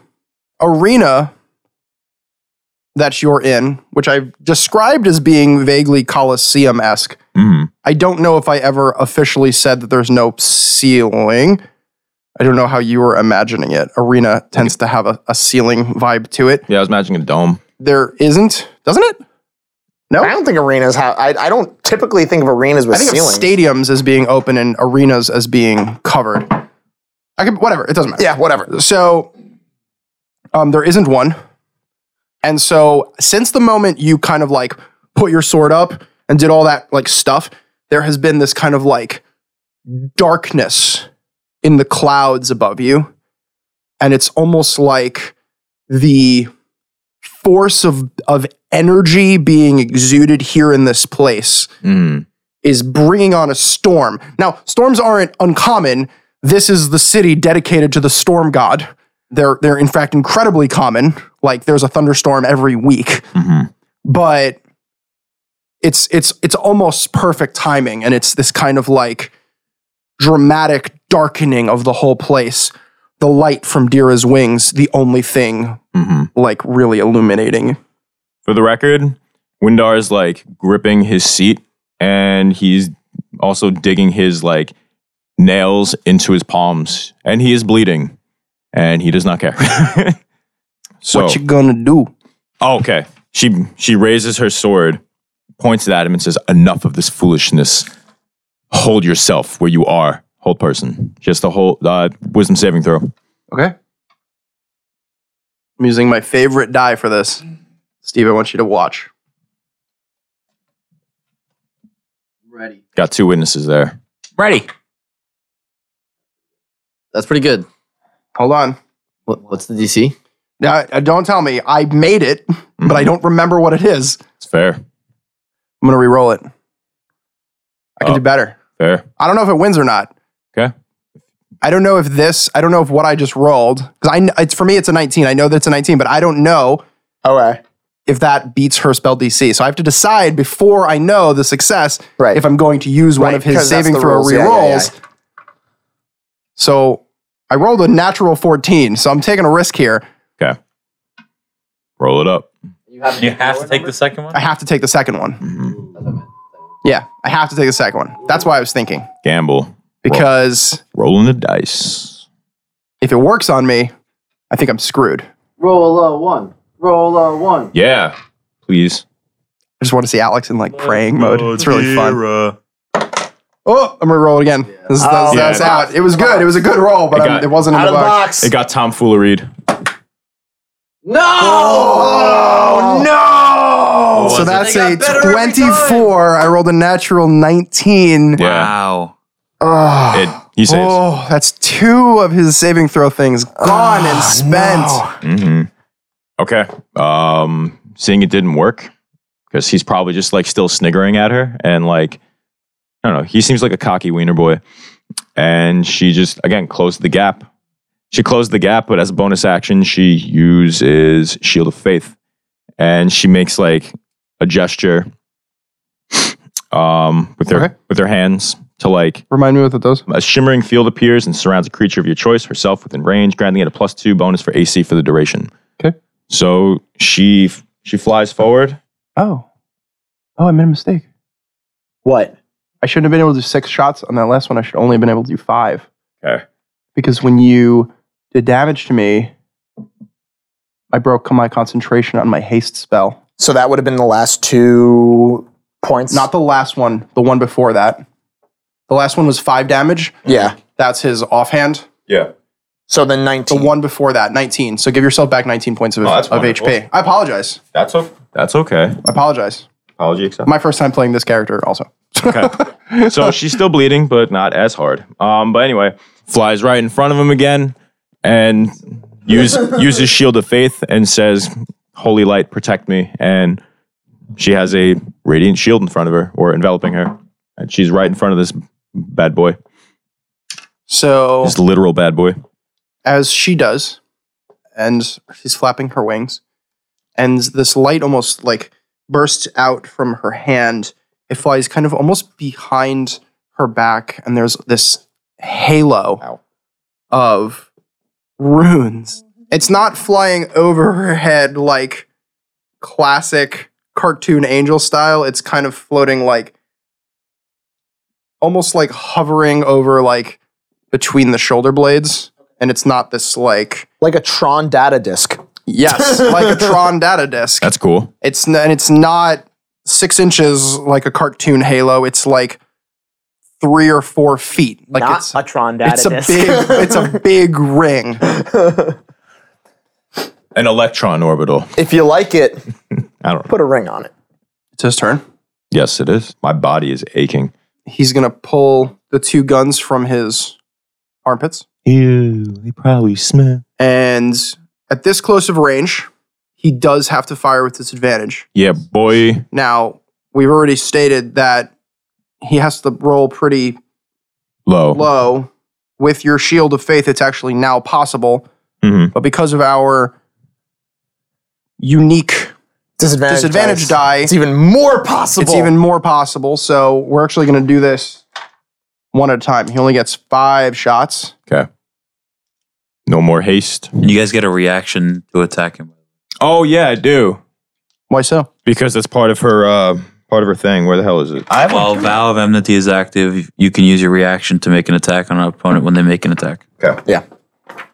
Speaker 1: arena that you're in, which I've described as being vaguely Colosseum esque,
Speaker 3: Mhm.
Speaker 1: I don't know if I ever officially said that there's no ceiling. I don't know how you were imagining it. Arena tends to have a, a ceiling vibe to it.
Speaker 3: Yeah, I was imagining a dome.
Speaker 1: There isn't, doesn't it?
Speaker 2: I don't think arenas have. I, I don't typically think of arenas with
Speaker 1: I think of
Speaker 2: ceilings.
Speaker 1: stadiums as being open and arenas as being covered. I could, whatever, it doesn't matter.
Speaker 2: yeah, whatever.
Speaker 1: So um, there isn't one. And so since the moment you kind of like put your sword up and did all that like stuff, there has been this kind of like darkness in the clouds above you. And it's almost like the force of of energy being exuded here in this place
Speaker 3: Mm.
Speaker 1: is bringing on a storm. Now, storms aren't uncommon. This is the city dedicated to the storm god. They're they're in fact incredibly common. Like there's a thunderstorm every week,
Speaker 3: Mhm.
Speaker 1: but it's it's it's almost perfect timing and it's this kind of like dramatic darkening of the whole place. The light from Dira's wings, the only thing
Speaker 3: Mhm.
Speaker 1: like really illuminating.
Speaker 3: For the record, Windar is like gripping his seat and he's also digging his like nails into his palms and he is bleeding and he does not care. so,
Speaker 1: What you gonna do?
Speaker 3: Oh, okay. She she raises her sword, points it at him, and says, "Enough of this foolishness. Hold yourself where you are. Hold person. Just the whole uh, wisdom saving throw.
Speaker 1: Okay. I'm using my favorite die for this. Steve, I want you to watch.
Speaker 8: Ready.
Speaker 3: Got two witnesses there.
Speaker 6: Ready. That's pretty good.
Speaker 1: Hold on.
Speaker 6: What, what's the DC?
Speaker 1: Now, uh, don't tell me. I made it, but I
Speaker 2: Mm-hmm.
Speaker 1: don't remember what it is.
Speaker 3: It's fair,
Speaker 1: I'm going to re-roll it. I can
Speaker 3: Oh.
Speaker 1: do better.
Speaker 3: fair.
Speaker 1: I don't know if it wins or not.
Speaker 3: Okay.
Speaker 1: I don't know if this, I don't know if what I just rolled, because I, kn- it's, for me, it's a 19. I know that it's a 19, but I don't know
Speaker 2: Okay.
Speaker 1: if that beats her spell DC. So I have to decide before I know the success
Speaker 2: Right.
Speaker 1: if I'm going to use one
Speaker 2: Right,
Speaker 1: of his
Speaker 2: 'cause that's
Speaker 1: saving
Speaker 2: the
Speaker 1: throw
Speaker 2: rules. Yeah, yeah,
Speaker 1: rerolls.
Speaker 2: yeah.
Speaker 1: So I rolled a natural 14, so I'm taking a risk here.
Speaker 3: Okay. Roll it up.
Speaker 5: You have to take the second one?
Speaker 1: I have to take the second one. Yeah, I have to take the second one. That's why I was thinking
Speaker 3: Gamble.
Speaker 1: because
Speaker 3: Rolling the dice.
Speaker 1: if it works on me, I think I'm screwed.
Speaker 8: Roll a low one. Roll a one.
Speaker 3: Yeah, please.
Speaker 1: just want to see Alex in like praying mode. It's really fun.
Speaker 5: uh,
Speaker 7: fun.
Speaker 1: Oh, I'm gonna roll it again. This, this-
Speaker 2: Oh,
Speaker 1: that's
Speaker 3: yeah.
Speaker 1: out. It was good. It was a good roll, but
Speaker 3: It
Speaker 1: um, it,
Speaker 3: got-
Speaker 1: wasn't in
Speaker 2: Out
Speaker 1: the
Speaker 2: of the
Speaker 1: box.
Speaker 2: box.
Speaker 3: It got tomfooleried.
Speaker 1: Oh, no!
Speaker 5: Oh,
Speaker 1: so
Speaker 5: so
Speaker 1: that's
Speaker 5: they got
Speaker 1: a
Speaker 5: better every
Speaker 1: 24. I rolled a natural 19.
Speaker 3: Yeah.
Speaker 5: Wow.
Speaker 1: Oh,
Speaker 3: It, he saves.
Speaker 1: oh, that's two of his saving throw things gone and spent.
Speaker 3: hmm Okay. Um, seeing it didn't work because he's probably just like still sniggering at her and like, I don't know. He seems like a cocky wiener boy. And she just, again, closed the gap. She closed the gap, but as a bonus action, she uses Shield of Faith and she makes like a gesture um, with, her,
Speaker 1: Okay.
Speaker 3: with her hands to like
Speaker 1: Remind me what it does.
Speaker 3: a shimmering field appears and surrounds a creature of your choice, herself within range, granting it a plus two bonus for AC for the duration.
Speaker 1: Okay.
Speaker 3: So she she flies forward.
Speaker 1: Oh. Oh, I made a mistake.
Speaker 2: What?
Speaker 1: I shouldn't have been able to do six shots on that last one. I should only have been able to do five.
Speaker 3: Okay.
Speaker 1: Because when you did damage to me, I broke my concentration on my haste spell.
Speaker 2: So that would have been the last two points.
Speaker 1: Not the last one, the one before that. The last one was five damage.
Speaker 2: yeah.
Speaker 1: That's his offhand.
Speaker 3: Yeah.
Speaker 2: So then
Speaker 1: The
Speaker 2: nineteen.
Speaker 1: one before that, 19. So give yourself back 19 points of,
Speaker 3: Oh, that's
Speaker 1: of
Speaker 3: wonderful.
Speaker 1: HP. I apologize.
Speaker 3: That's okay. That's okay.
Speaker 1: I apologize.
Speaker 3: Apology accepted.
Speaker 1: My first time playing this character, also.
Speaker 3: Okay. so she's still bleeding, but not as hard. Um, but anyway, flies right in front of him again and use, uses Shield of Faith and says, Holy light, protect me. And she has a radiant shield in front of her or enveloping her. And she's right in front of this bad boy,
Speaker 1: So,
Speaker 3: this literal bad boy.
Speaker 1: as she does, and she's flapping her wings, and this light almost like bursts out from her hand. It flies kind of almost behind her back, and there's this halo of runes. It's not flying over her head like classic cartoon angel style. It's kind of floating like almost like hovering over like between the shoulder blades. And it's not this like
Speaker 2: like a Tron data disk.
Speaker 1: yes, like a Tron data disk.
Speaker 3: That's cool.
Speaker 1: It's n- and it's not six inches like a cartoon halo. It's like three or four feet. Like
Speaker 4: Not
Speaker 1: it's
Speaker 4: a Tron data
Speaker 1: it's a
Speaker 4: disk.
Speaker 1: big it's a big ring.
Speaker 3: An electron orbital.
Speaker 2: If you like it,
Speaker 3: I don't know.
Speaker 2: put a ring on it.
Speaker 1: It's his turn.
Speaker 3: Yes, it is. My body is aching.
Speaker 1: He's gonna pull the two guns from his armpits,
Speaker 7: Ew, they probably smell.
Speaker 1: and at this close of range, he does have to fire with disadvantage.
Speaker 3: Yeah, boy.
Speaker 1: Now we've already stated that he has to roll pretty
Speaker 2: Oh.
Speaker 3: Low.
Speaker 1: low. With your shield of faith, it's actually now possible.
Speaker 3: Mhm.
Speaker 1: But because of our unique
Speaker 2: Disadvantage.
Speaker 1: disadvantage
Speaker 2: dice.
Speaker 1: die,
Speaker 2: It's even more possible.
Speaker 1: it's even more possible. So we're actually going to do this one at a time. He only gets five shots.
Speaker 3: No more haste.
Speaker 5: You guys get a reaction to attack him.
Speaker 3: Oh yeah, I do.
Speaker 1: Why so?
Speaker 3: Because that's part of her uh part of her thing. Where the hell is it?
Speaker 5: I While Vow of Enmity is active, you can use your reaction to make an attack on an opponent when they make an attack.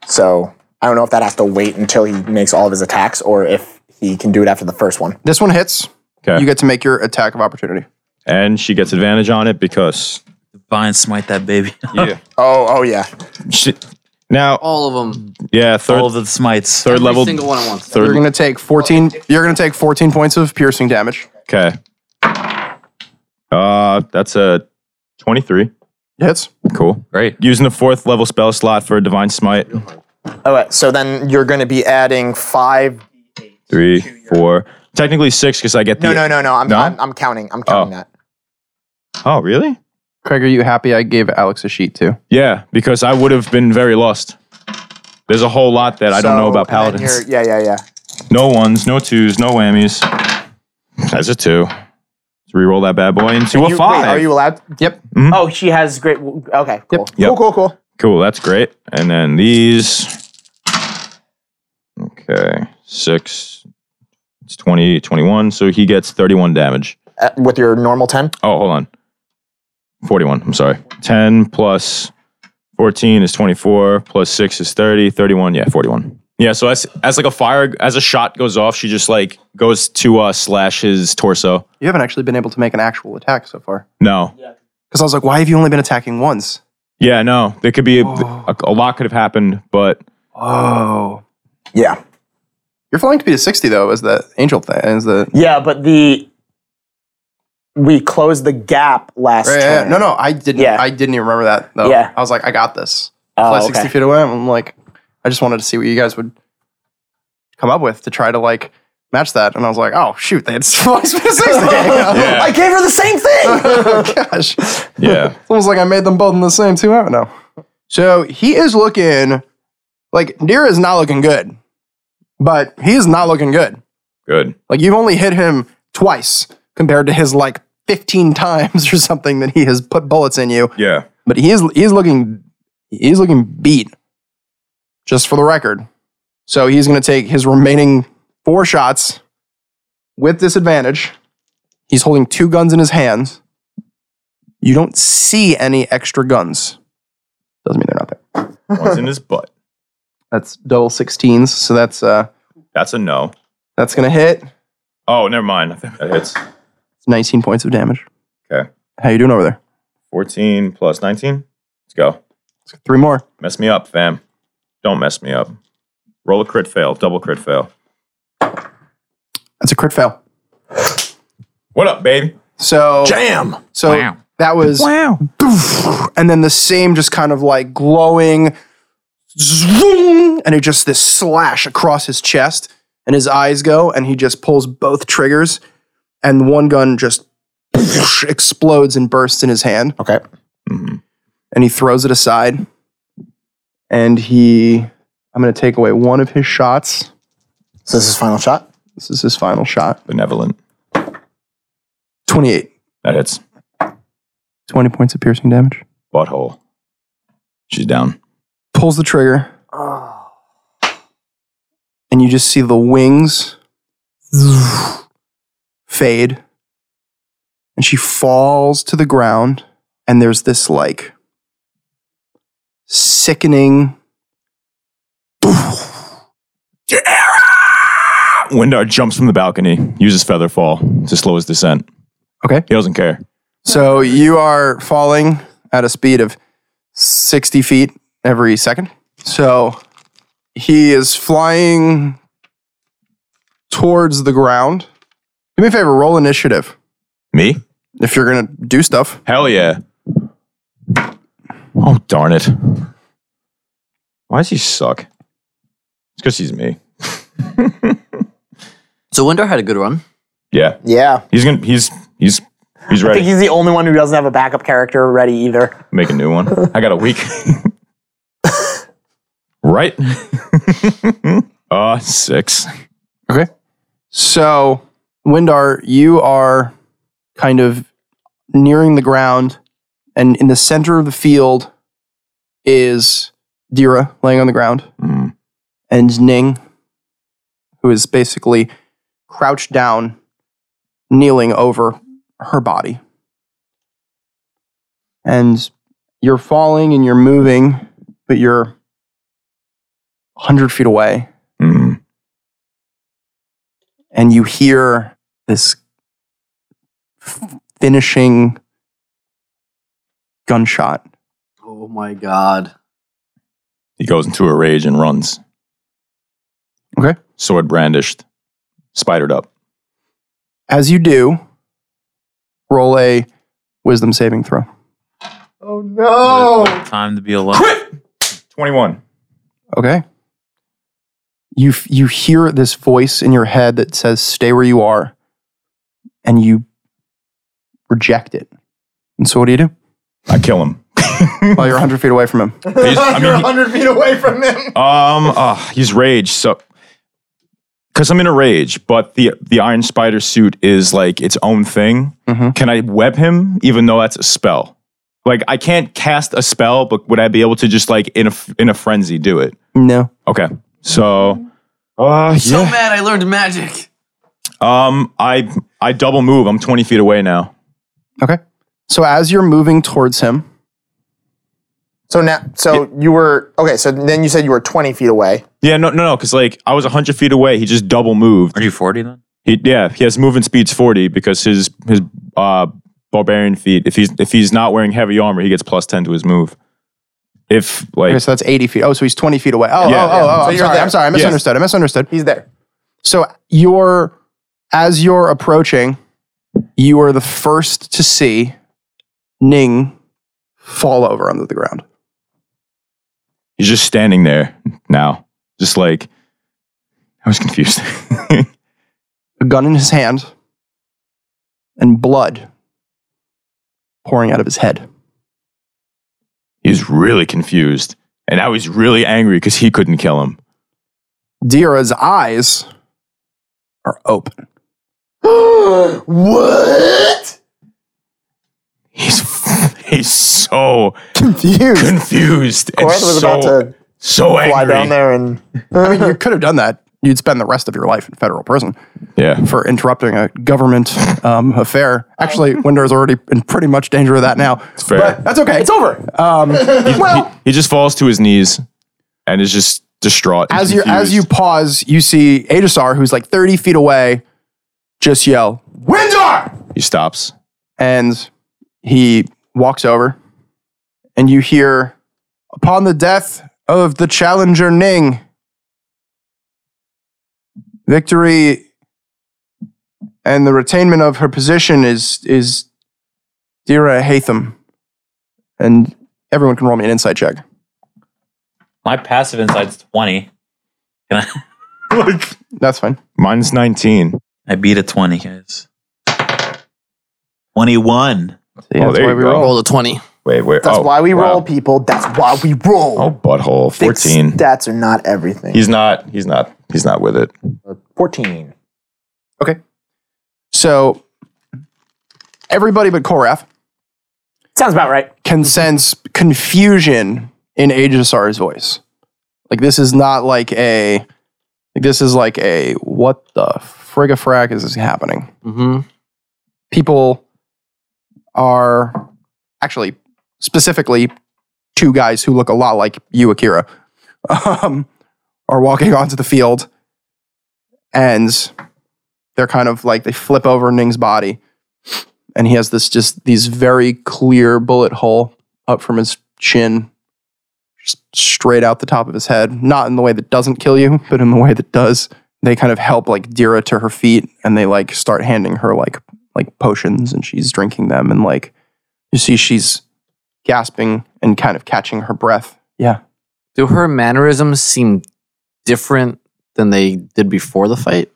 Speaker 2: So I don't know if that has to wait until he makes all of his attacks, or if he can do it after the first one.
Speaker 1: This one hits.
Speaker 3: Okay.
Speaker 1: You get to make your attack of opportunity.
Speaker 3: and she gets advantage on it because
Speaker 5: Divine smite that baby.
Speaker 3: yeah.
Speaker 2: Oh, oh yeah.
Speaker 3: she, now
Speaker 6: All of them.
Speaker 3: yeah,
Speaker 5: All
Speaker 3: third
Speaker 5: of the smites.
Speaker 3: third level
Speaker 6: Single one at once.
Speaker 1: You're
Speaker 3: third
Speaker 1: going to take 14 you're going to take 14 points of piercing damage.
Speaker 3: okay. Uh that's a 23.
Speaker 1: Hits.
Speaker 3: Cool.
Speaker 5: Great.
Speaker 3: Using the fourth level spell slot for a divine smite.
Speaker 2: All right. So then you're going to be adding five.
Speaker 3: Three, four. Technically six because I get the
Speaker 2: No, no, no, no. I'm,
Speaker 3: No?
Speaker 2: I'm, I'm counting. I'm counting
Speaker 3: Oh.
Speaker 2: that.
Speaker 3: Oh really?
Speaker 1: Craig, are you happy I gave Alex a sheet too?
Speaker 3: Yeah, because I would have been very lost. There's a whole lot that I don't know
Speaker 2: So-
Speaker 3: about
Speaker 2: and then
Speaker 3: paladins.
Speaker 2: you're- Yeah, yeah, yeah.
Speaker 3: No ones, no twos, no whammies. That's a two. Let's re-roll that bad boy into a
Speaker 2: You- wait,
Speaker 3: Oh, five.
Speaker 2: are you allowed? Mm-hmm.
Speaker 4: Oh, she has great. Okay, cool.
Speaker 2: Cool,
Speaker 3: Yep.
Speaker 2: cool, cool.
Speaker 3: cool, that's great. And then these. Okay, six. It's 20, 21. So he gets 31 damage.
Speaker 2: Uh, with your normal ten.
Speaker 3: Oh, hold on. 41, I'm sorry. 10 plus 14 is 24, plus 6 is 30, 31. Yeah, 41. Yeah, so as as like a fire as a shot goes off, she just like goes to uh slash his torso.
Speaker 1: You haven't actually been able to make an actual attack so far.
Speaker 3: No.
Speaker 1: Because I was like, why have you only been attacking once?
Speaker 3: Yeah, no. There could be a, a, a lot could have happened, but
Speaker 1: Oh.
Speaker 2: Yeah.
Speaker 1: Your flying speed is 60, though, as the angel thing. As the,
Speaker 4: Yeah, but the we closed the gap last
Speaker 1: Right, yeah, yeah.
Speaker 4: turn.
Speaker 1: No, no, I didn't.
Speaker 4: Yeah.
Speaker 1: I didn't even remember that, though.
Speaker 4: Yeah.
Speaker 1: I was like, I got this.
Speaker 4: Oh,
Speaker 1: Fly
Speaker 4: okay.
Speaker 1: 60 feet away. I'm like, I just wanted to see what you guys would come up with to try to, like, match that. And I was like, oh, shoot, they had fly speed of 60.
Speaker 3: Yeah.
Speaker 2: I gave her the same thing.
Speaker 1: oh, gosh.
Speaker 3: yeah.
Speaker 1: It's almost like I made them both in the same two out now. So he is looking like Deer is not looking good, but he is not looking good.
Speaker 3: Good.
Speaker 1: Like you've only hit him twice compared to his like 15 times or something that he has put bullets in you.
Speaker 3: Yeah.
Speaker 1: But he is he is looking he is looking beat. Just for the record. So he's gonna take his remaining four shots with disadvantage. He's holding two guns in his hands. You don't see any extra guns. Doesn't mean they're not there.
Speaker 3: One's in his butt.
Speaker 1: That's double 16s, so that's uh
Speaker 3: That's a no.
Speaker 1: that's gonna hit.
Speaker 3: Oh, never mind. I think That hits.
Speaker 1: It's 19 points of damage.
Speaker 3: Okay.
Speaker 1: How you doing over there?
Speaker 3: 14 plus 19. Let's go.
Speaker 1: Let's get three more.
Speaker 3: Mess me up, fam. Don't mess me up. Roll a crit fail, double crit fail.
Speaker 1: That's a crit fail.
Speaker 3: What up, baby?
Speaker 1: So
Speaker 2: Damn.
Speaker 1: So that was wow. And then the same just kind of like glowing zoom, and it just this slash across his chest and his eyes go and he just pulls both triggers and one gun just explodes and bursts in his hand
Speaker 2: Okay.
Speaker 3: Mhm.
Speaker 1: and he throws it aside and he I'm going to take away one of his shots.
Speaker 2: So this is final shot.
Speaker 1: This is his final shot.
Speaker 3: Benevolent.
Speaker 1: 28.
Speaker 3: That hits.
Speaker 1: 20 points of piercing damage.
Speaker 3: Butthole. She's down.
Speaker 1: Pulls the trigger.
Speaker 4: Oh.
Speaker 1: and you just see the wings fade and she falls to the ground and there's this like sickening
Speaker 3: Windar jumps from the balcony, uses feather fall to slow his descent.
Speaker 1: Okay.
Speaker 3: He doesn't care.
Speaker 1: so you are falling at a speed of 60 feet every second so he is flying towards the ground do me a favor roll initiative
Speaker 3: Me?
Speaker 1: if you're gonna do stuff
Speaker 3: Hell yeah. Oh, darn it. Why does he suck? It's because he's me.
Speaker 6: So Windar had a good run.
Speaker 3: Yeah.
Speaker 2: Yeah.
Speaker 3: He's gonna he's he's he's
Speaker 4: I
Speaker 3: ready.
Speaker 4: think he's the only one who doesn't have a backup character ready either.
Speaker 3: Make a new one. I got a week. right? uh six.
Speaker 1: So, Windar, you are kind of nearing the ground, and in the center of the field is Dira laying on the ground,
Speaker 3: Mm.
Speaker 1: and Ning, who is basically crouched down, kneeling over her body. And you're falling and you're moving, but you're 100 feet away
Speaker 3: Mm.
Speaker 1: and you hear this f- finishing gunshot.
Speaker 6: Oh my god.
Speaker 3: He goes into a rage and runs.
Speaker 1: Okay.
Speaker 3: Sword brandished. Spidered up.
Speaker 1: As you do, roll a wisdom saving throw.
Speaker 5: Oh. Time to be alive.
Speaker 3: Twenty-one.
Speaker 1: Okay. You f- you hear this voice in your head that says stay where you are and you reject it. And so what do you do?
Speaker 3: I kill him.
Speaker 1: Well, you're 100 feet away from him.
Speaker 3: He's- I mean, he-
Speaker 2: hundred feet away from him.
Speaker 3: Um, uh, he's rage. So, because I'm in a rage, but the the Iron Spider suit is like its own thing.
Speaker 2: Mm-hmm.
Speaker 1: Mhm.
Speaker 3: Can I web him, even though that's a spell? Like I can't cast a spell, but would I be able to just like in a in a frenzy do it?
Speaker 1: No.
Speaker 3: Okay, so. Uh,
Speaker 6: So
Speaker 3: yeah.
Speaker 6: mad I learned magic.
Speaker 3: Um, I I double move. I'm 20 feet away now.
Speaker 1: Okay. So as you're moving towards him,
Speaker 2: So now, so you were okay. So then you said you were twenty feet away.
Speaker 3: Yeah, no, no, no, because like I was hundred feet away. He just double moved.
Speaker 5: Aren't you 40 then?
Speaker 3: He, yeah, he has movement speeds forty because his his uh, barbarian feet. If he's if he's not wearing heavy armor, he gets plus ten to his move. If like
Speaker 1: Okay, so that's 80 feet. Oh, so he's 20 feet away. Oh,
Speaker 3: Yeah.
Speaker 1: oh, oh, oh.
Speaker 2: So
Speaker 1: I'm,
Speaker 2: you're
Speaker 1: sorry.
Speaker 2: there.
Speaker 1: I'm sorry. I misunderstood. I misunderstood.
Speaker 2: He's there.
Speaker 1: So you're as you're approaching, you are the first to see Ning fall over onto the ground.
Speaker 3: he's just standing there now, just like I was confused.
Speaker 1: A gun in his hand and blood pouring out of his head.
Speaker 3: he's really confused, and now he's really angry because he couldn't kill him.
Speaker 1: Dira's eyes are open.
Speaker 2: What?
Speaker 3: He's he's so
Speaker 2: Confused.
Speaker 3: confused and
Speaker 2: Corinth was
Speaker 3: so
Speaker 2: about to
Speaker 3: so angry.
Speaker 2: fly down there and
Speaker 1: I mean, you could have done that. You'd spend the rest of your life in federal prison
Speaker 3: Yeah,
Speaker 1: for interrupting a government um, affair. Actually, Windor's already in pretty much danger of that now.
Speaker 3: it's fair.
Speaker 1: That's okay. It's over. Um, well,
Speaker 3: He just falls to his knees and is just distraught. and
Speaker 1: as you as
Speaker 3: confused.
Speaker 1: you pause, you see Adasar, who's like thirty feet away, just yell "Windar,"
Speaker 3: he stops.
Speaker 1: and he walks over, and you hear, "Upon the death of the challenger Ning, victory and the retainment of her position is is Dira Hatham, and everyone can roll me an insight check."
Speaker 5: My passive inside's 20. Can I?
Speaker 1: That's fine.
Speaker 3: Mine's nineteen.
Speaker 5: I beat a 20, guys. 21.
Speaker 3: oh, there you go.
Speaker 6: Roll a 20.
Speaker 3: Wait, wait.
Speaker 2: that's
Speaker 3: oh,
Speaker 2: why we
Speaker 3: wow.
Speaker 2: roll, people. That's why we roll.
Speaker 3: Oh, butthole.
Speaker 2: Thick
Speaker 3: Fourteen.
Speaker 2: Stats are not everything.
Speaker 3: He's not. He's not. He's not with it.
Speaker 2: Fourteen.
Speaker 1: So everybody but Korath
Speaker 4: Sounds about right.
Speaker 1: can sense confusion in Aegisar's voice. Like this is not like a like this is like a what the frigafrack is happening.
Speaker 6: Mm-hmm.
Speaker 1: People are actually specifically two guys who look a lot like you, Akira, um, are walking onto the field and they're kind of like they flip over Ning's body and he has this just these very clear bullet hole up from his chin just straight out the top of his head not in the way that doesn't kill you but in the way that does they kind of help like dira to her feet and they like start handing her like like potions and she's drinking them and like you see she's gasping and kind of catching her breath yeah
Speaker 6: Do her mannerisms seem different than they did before the fight?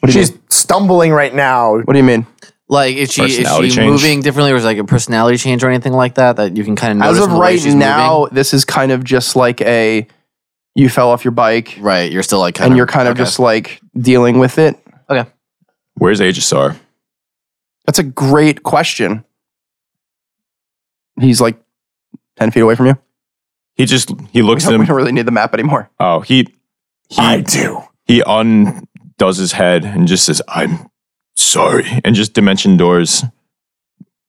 Speaker 1: what do you
Speaker 2: She's
Speaker 1: mean?
Speaker 2: stumbling right now.
Speaker 1: what do you mean
Speaker 6: Like, is she is
Speaker 3: Personality
Speaker 6: she
Speaker 3: change.
Speaker 6: moving differently, or is like a personality change or anything like that that you can kind of notice?
Speaker 1: as of
Speaker 6: in the way
Speaker 1: right
Speaker 6: she's
Speaker 1: now
Speaker 6: moving?
Speaker 1: this is kind of just like a you fell off your bike
Speaker 6: right? You're still like, kind
Speaker 1: and
Speaker 6: of,
Speaker 1: you're kind of
Speaker 6: okay.
Speaker 1: just like dealing with it
Speaker 3: Where's Aegisar?
Speaker 1: That's a great question. He's like 10 feet away from you.
Speaker 3: He just
Speaker 1: We
Speaker 3: he looks at
Speaker 1: don't, we
Speaker 3: him.
Speaker 1: don't really need the map anymore.
Speaker 3: Oh, he he
Speaker 2: do.
Speaker 3: he undoes his head and just says, "I'm sorry," and just dimension doors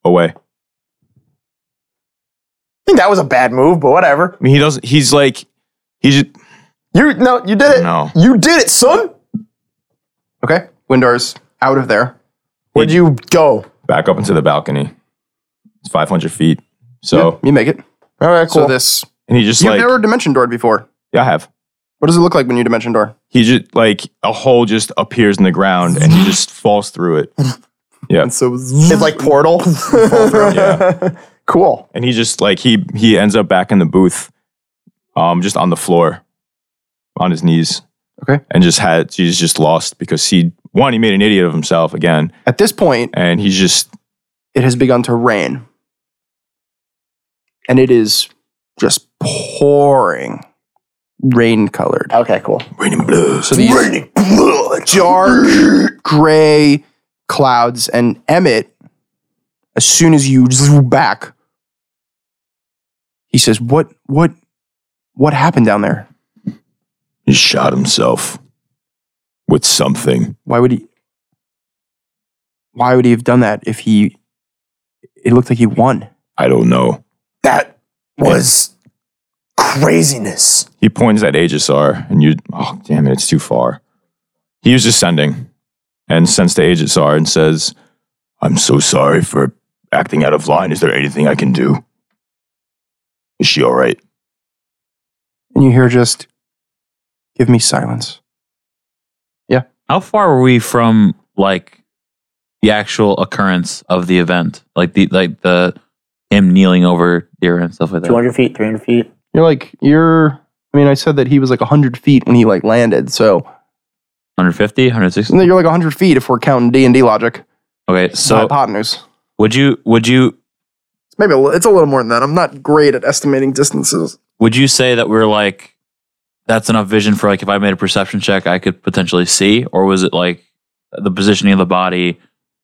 Speaker 3: away.
Speaker 2: I think that was a bad move, but whatever.
Speaker 3: I mean, he doesn't. He's like he just
Speaker 2: You no, you did it.
Speaker 3: no.
Speaker 2: You did it, son.
Speaker 1: Okay. Windar's out of there.
Speaker 2: Where'd you go?
Speaker 3: back up into the balcony. It's 500 feet.
Speaker 6: Oh.
Speaker 3: So,
Speaker 1: Yeah, you make it.
Speaker 2: All right, cool.
Speaker 1: So this.
Speaker 3: and he just
Speaker 1: You've
Speaker 3: like,
Speaker 1: never dimension doored before.
Speaker 3: yeah, I have.
Speaker 1: What does it look like when you dimension door?
Speaker 3: He just like a hole just appears in the ground and he just falls through it.
Speaker 1: And so
Speaker 2: it's like portal.
Speaker 3: Yeah.
Speaker 2: cool.
Speaker 3: And he just like, he, he ends up back in the booth, um, just on the floor, on his knees.
Speaker 1: Okay.
Speaker 3: And just had, he's just lost because he, one, he made an idiot of himself again.
Speaker 1: at this point,
Speaker 3: And he's just,
Speaker 1: it has begun to rain. And it is just pouring rain colored.
Speaker 2: Okay, cool.
Speaker 3: raining blood.
Speaker 1: So these dark gray clouds and Emmett, as soon as you zoom back, he says, What what what happened down there?
Speaker 3: He shot himself with something.
Speaker 1: Why would he why would he have done that if he it looked like he won?
Speaker 3: I don't know.
Speaker 2: That was craziness.
Speaker 3: He points at Aegisar, and you. Oh, damn it! It's too far. He was just sending, and sends to Aegisar and says, "I'm so sorry for acting out of line. Is there anything I can do? Is she all right?"
Speaker 1: And you hear just, give me silence.
Speaker 5: How far were we from like the actual occurrence of the event? Like the like the him kneeling over deer and stuff like that.
Speaker 4: 200 feet, 300 feet.
Speaker 1: You're like, you're, I mean, I said that he was like 100 feet when he like landed. So
Speaker 5: 150, 160.
Speaker 1: and then you're like 100 feet if we're counting D&D logic.
Speaker 5: Okay,
Speaker 1: So
Speaker 5: so
Speaker 1: hypotenuse.
Speaker 5: would you would you
Speaker 1: It's maybe a, li- it's a little more than that. I'm not great at estimating distances.
Speaker 5: would you say that we're like that's enough vision for like if I made a perception check I could potentially see or was it like the positioning of the body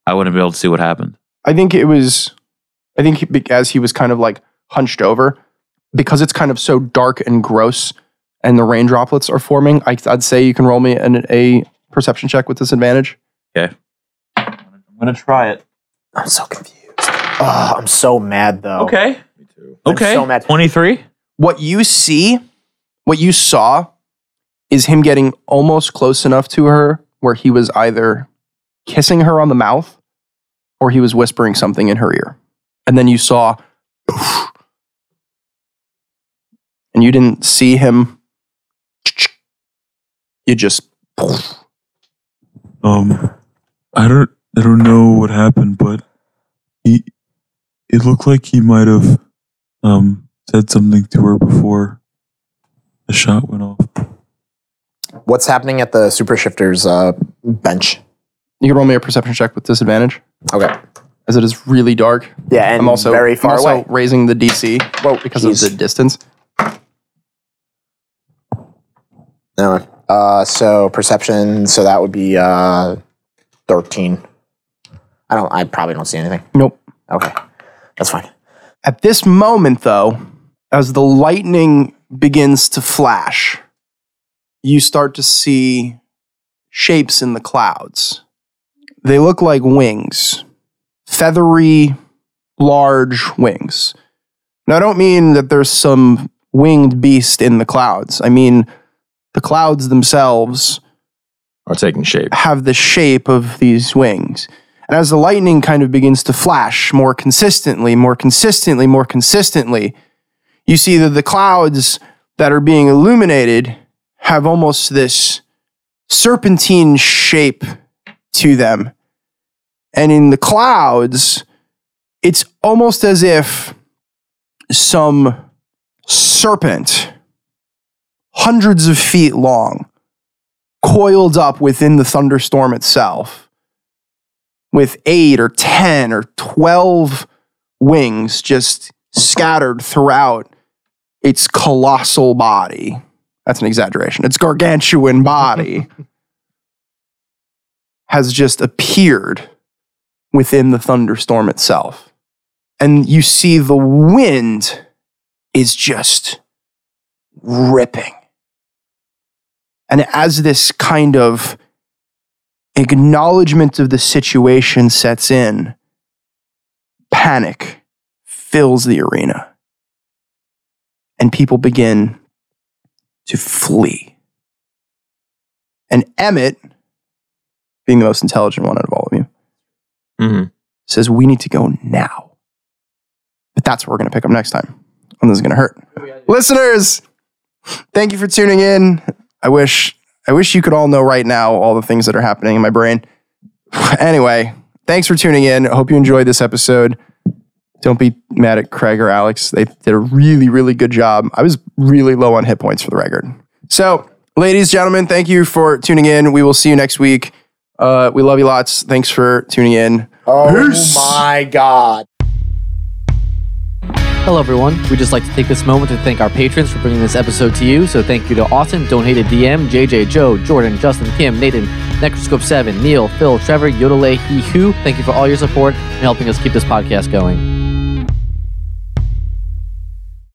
Speaker 5: I wouldn't be able to see what happened?
Speaker 1: I think it was, I think he, be- as he was kind of like hunched over, because it's kind of so dark and gross and the rain droplets are forming, I, I'd say you can roll me an, a perception check with disadvantage.
Speaker 5: I'm going to try it.
Speaker 4: I'm so confused. Oh,
Speaker 2: Ah,
Speaker 4: I'm so mad
Speaker 2: Oh,
Speaker 4: though.
Speaker 5: Okay.
Speaker 4: I'm
Speaker 5: Okay.
Speaker 4: so mad.
Speaker 5: 23?
Speaker 1: What you see, what you saw is him getting almost close enough to her where he was either kissing her on the mouth or he was whispering something in her ear. And then you saw, and you didn't see him. You just,
Speaker 7: Um, I don't, I don't know what happened, but he, it looked like he might have, um, said something to her before the shot went off.
Speaker 2: What's happening at the super shifters uh, bench?
Speaker 1: you can roll me a perception check with disadvantage
Speaker 2: Okay.
Speaker 1: as it is really dark.
Speaker 2: Yeah, and
Speaker 1: I'm also
Speaker 2: very
Speaker 1: I'm
Speaker 2: far
Speaker 1: also
Speaker 2: away.
Speaker 1: raising the DC
Speaker 2: Whoa,
Speaker 1: because
Speaker 2: jeez.
Speaker 1: of the distance.
Speaker 2: Never mind. Uh, so perception. So that would be uh, thirteen. I don't. I probably don't see anything.
Speaker 1: Nope.
Speaker 2: Okay, that's fine.
Speaker 1: At this moment, though, as the lightning begins to flash, you start to see shapes in the clouds. They look like wings, feathery, large wings. Now, I don't mean that there's some winged beast in the clouds. I mean, the clouds themselves
Speaker 3: Are taking shape.
Speaker 1: have the shape of these wings. And as the lightning kind of begins to flash more consistently, more consistently, more consistently, you see that the clouds that are being illuminated have almost this serpentine shape to them. And in the clouds, it's almost as if some serpent, hundreds of feet long, coiled up within the thunderstorm itself with eight or 10 or 12 wings just scattered throughout its colossal body. That's an exaggeration. Its gargantuan body has just appeared within the thunderstorm itself. And you see the wind is just ripping. And as this kind of acknowledgement of the situation sets in, panic fills the arena. And people begin to flee. And Emmett, being the most intelligent one out of all of you,
Speaker 3: Mhm.
Speaker 1: says, We need to go now. But that's what we're going to pick up next time. And this is going to hurt. Listeners, thank you for tuning in. I wish I wish you could all know right now all the things that are happening in my brain. anyway, thanks for tuning in. I hope you enjoyed this episode. Don't be mad at Craig or Alex. They did a really, really good job. I was really low on hit points for the record. So, ladies, gentlemen, thank you for tuning in. We will see you next week. Uh, we love you lots. Thanks for tuning in.
Speaker 2: Oh my god.
Speaker 6: Hello, everyone. We'd just like to take this moment to thank our patrons for bringing this episode to you. So, thank you to Austin, Don't Hate a DM, JJ, Joe, Jordan, Justin, Kim, Nathan, Necroscope7, Neil, Phil, Trevor, Yodelay, He Who. Thank you for all your support and helping us keep this podcast going.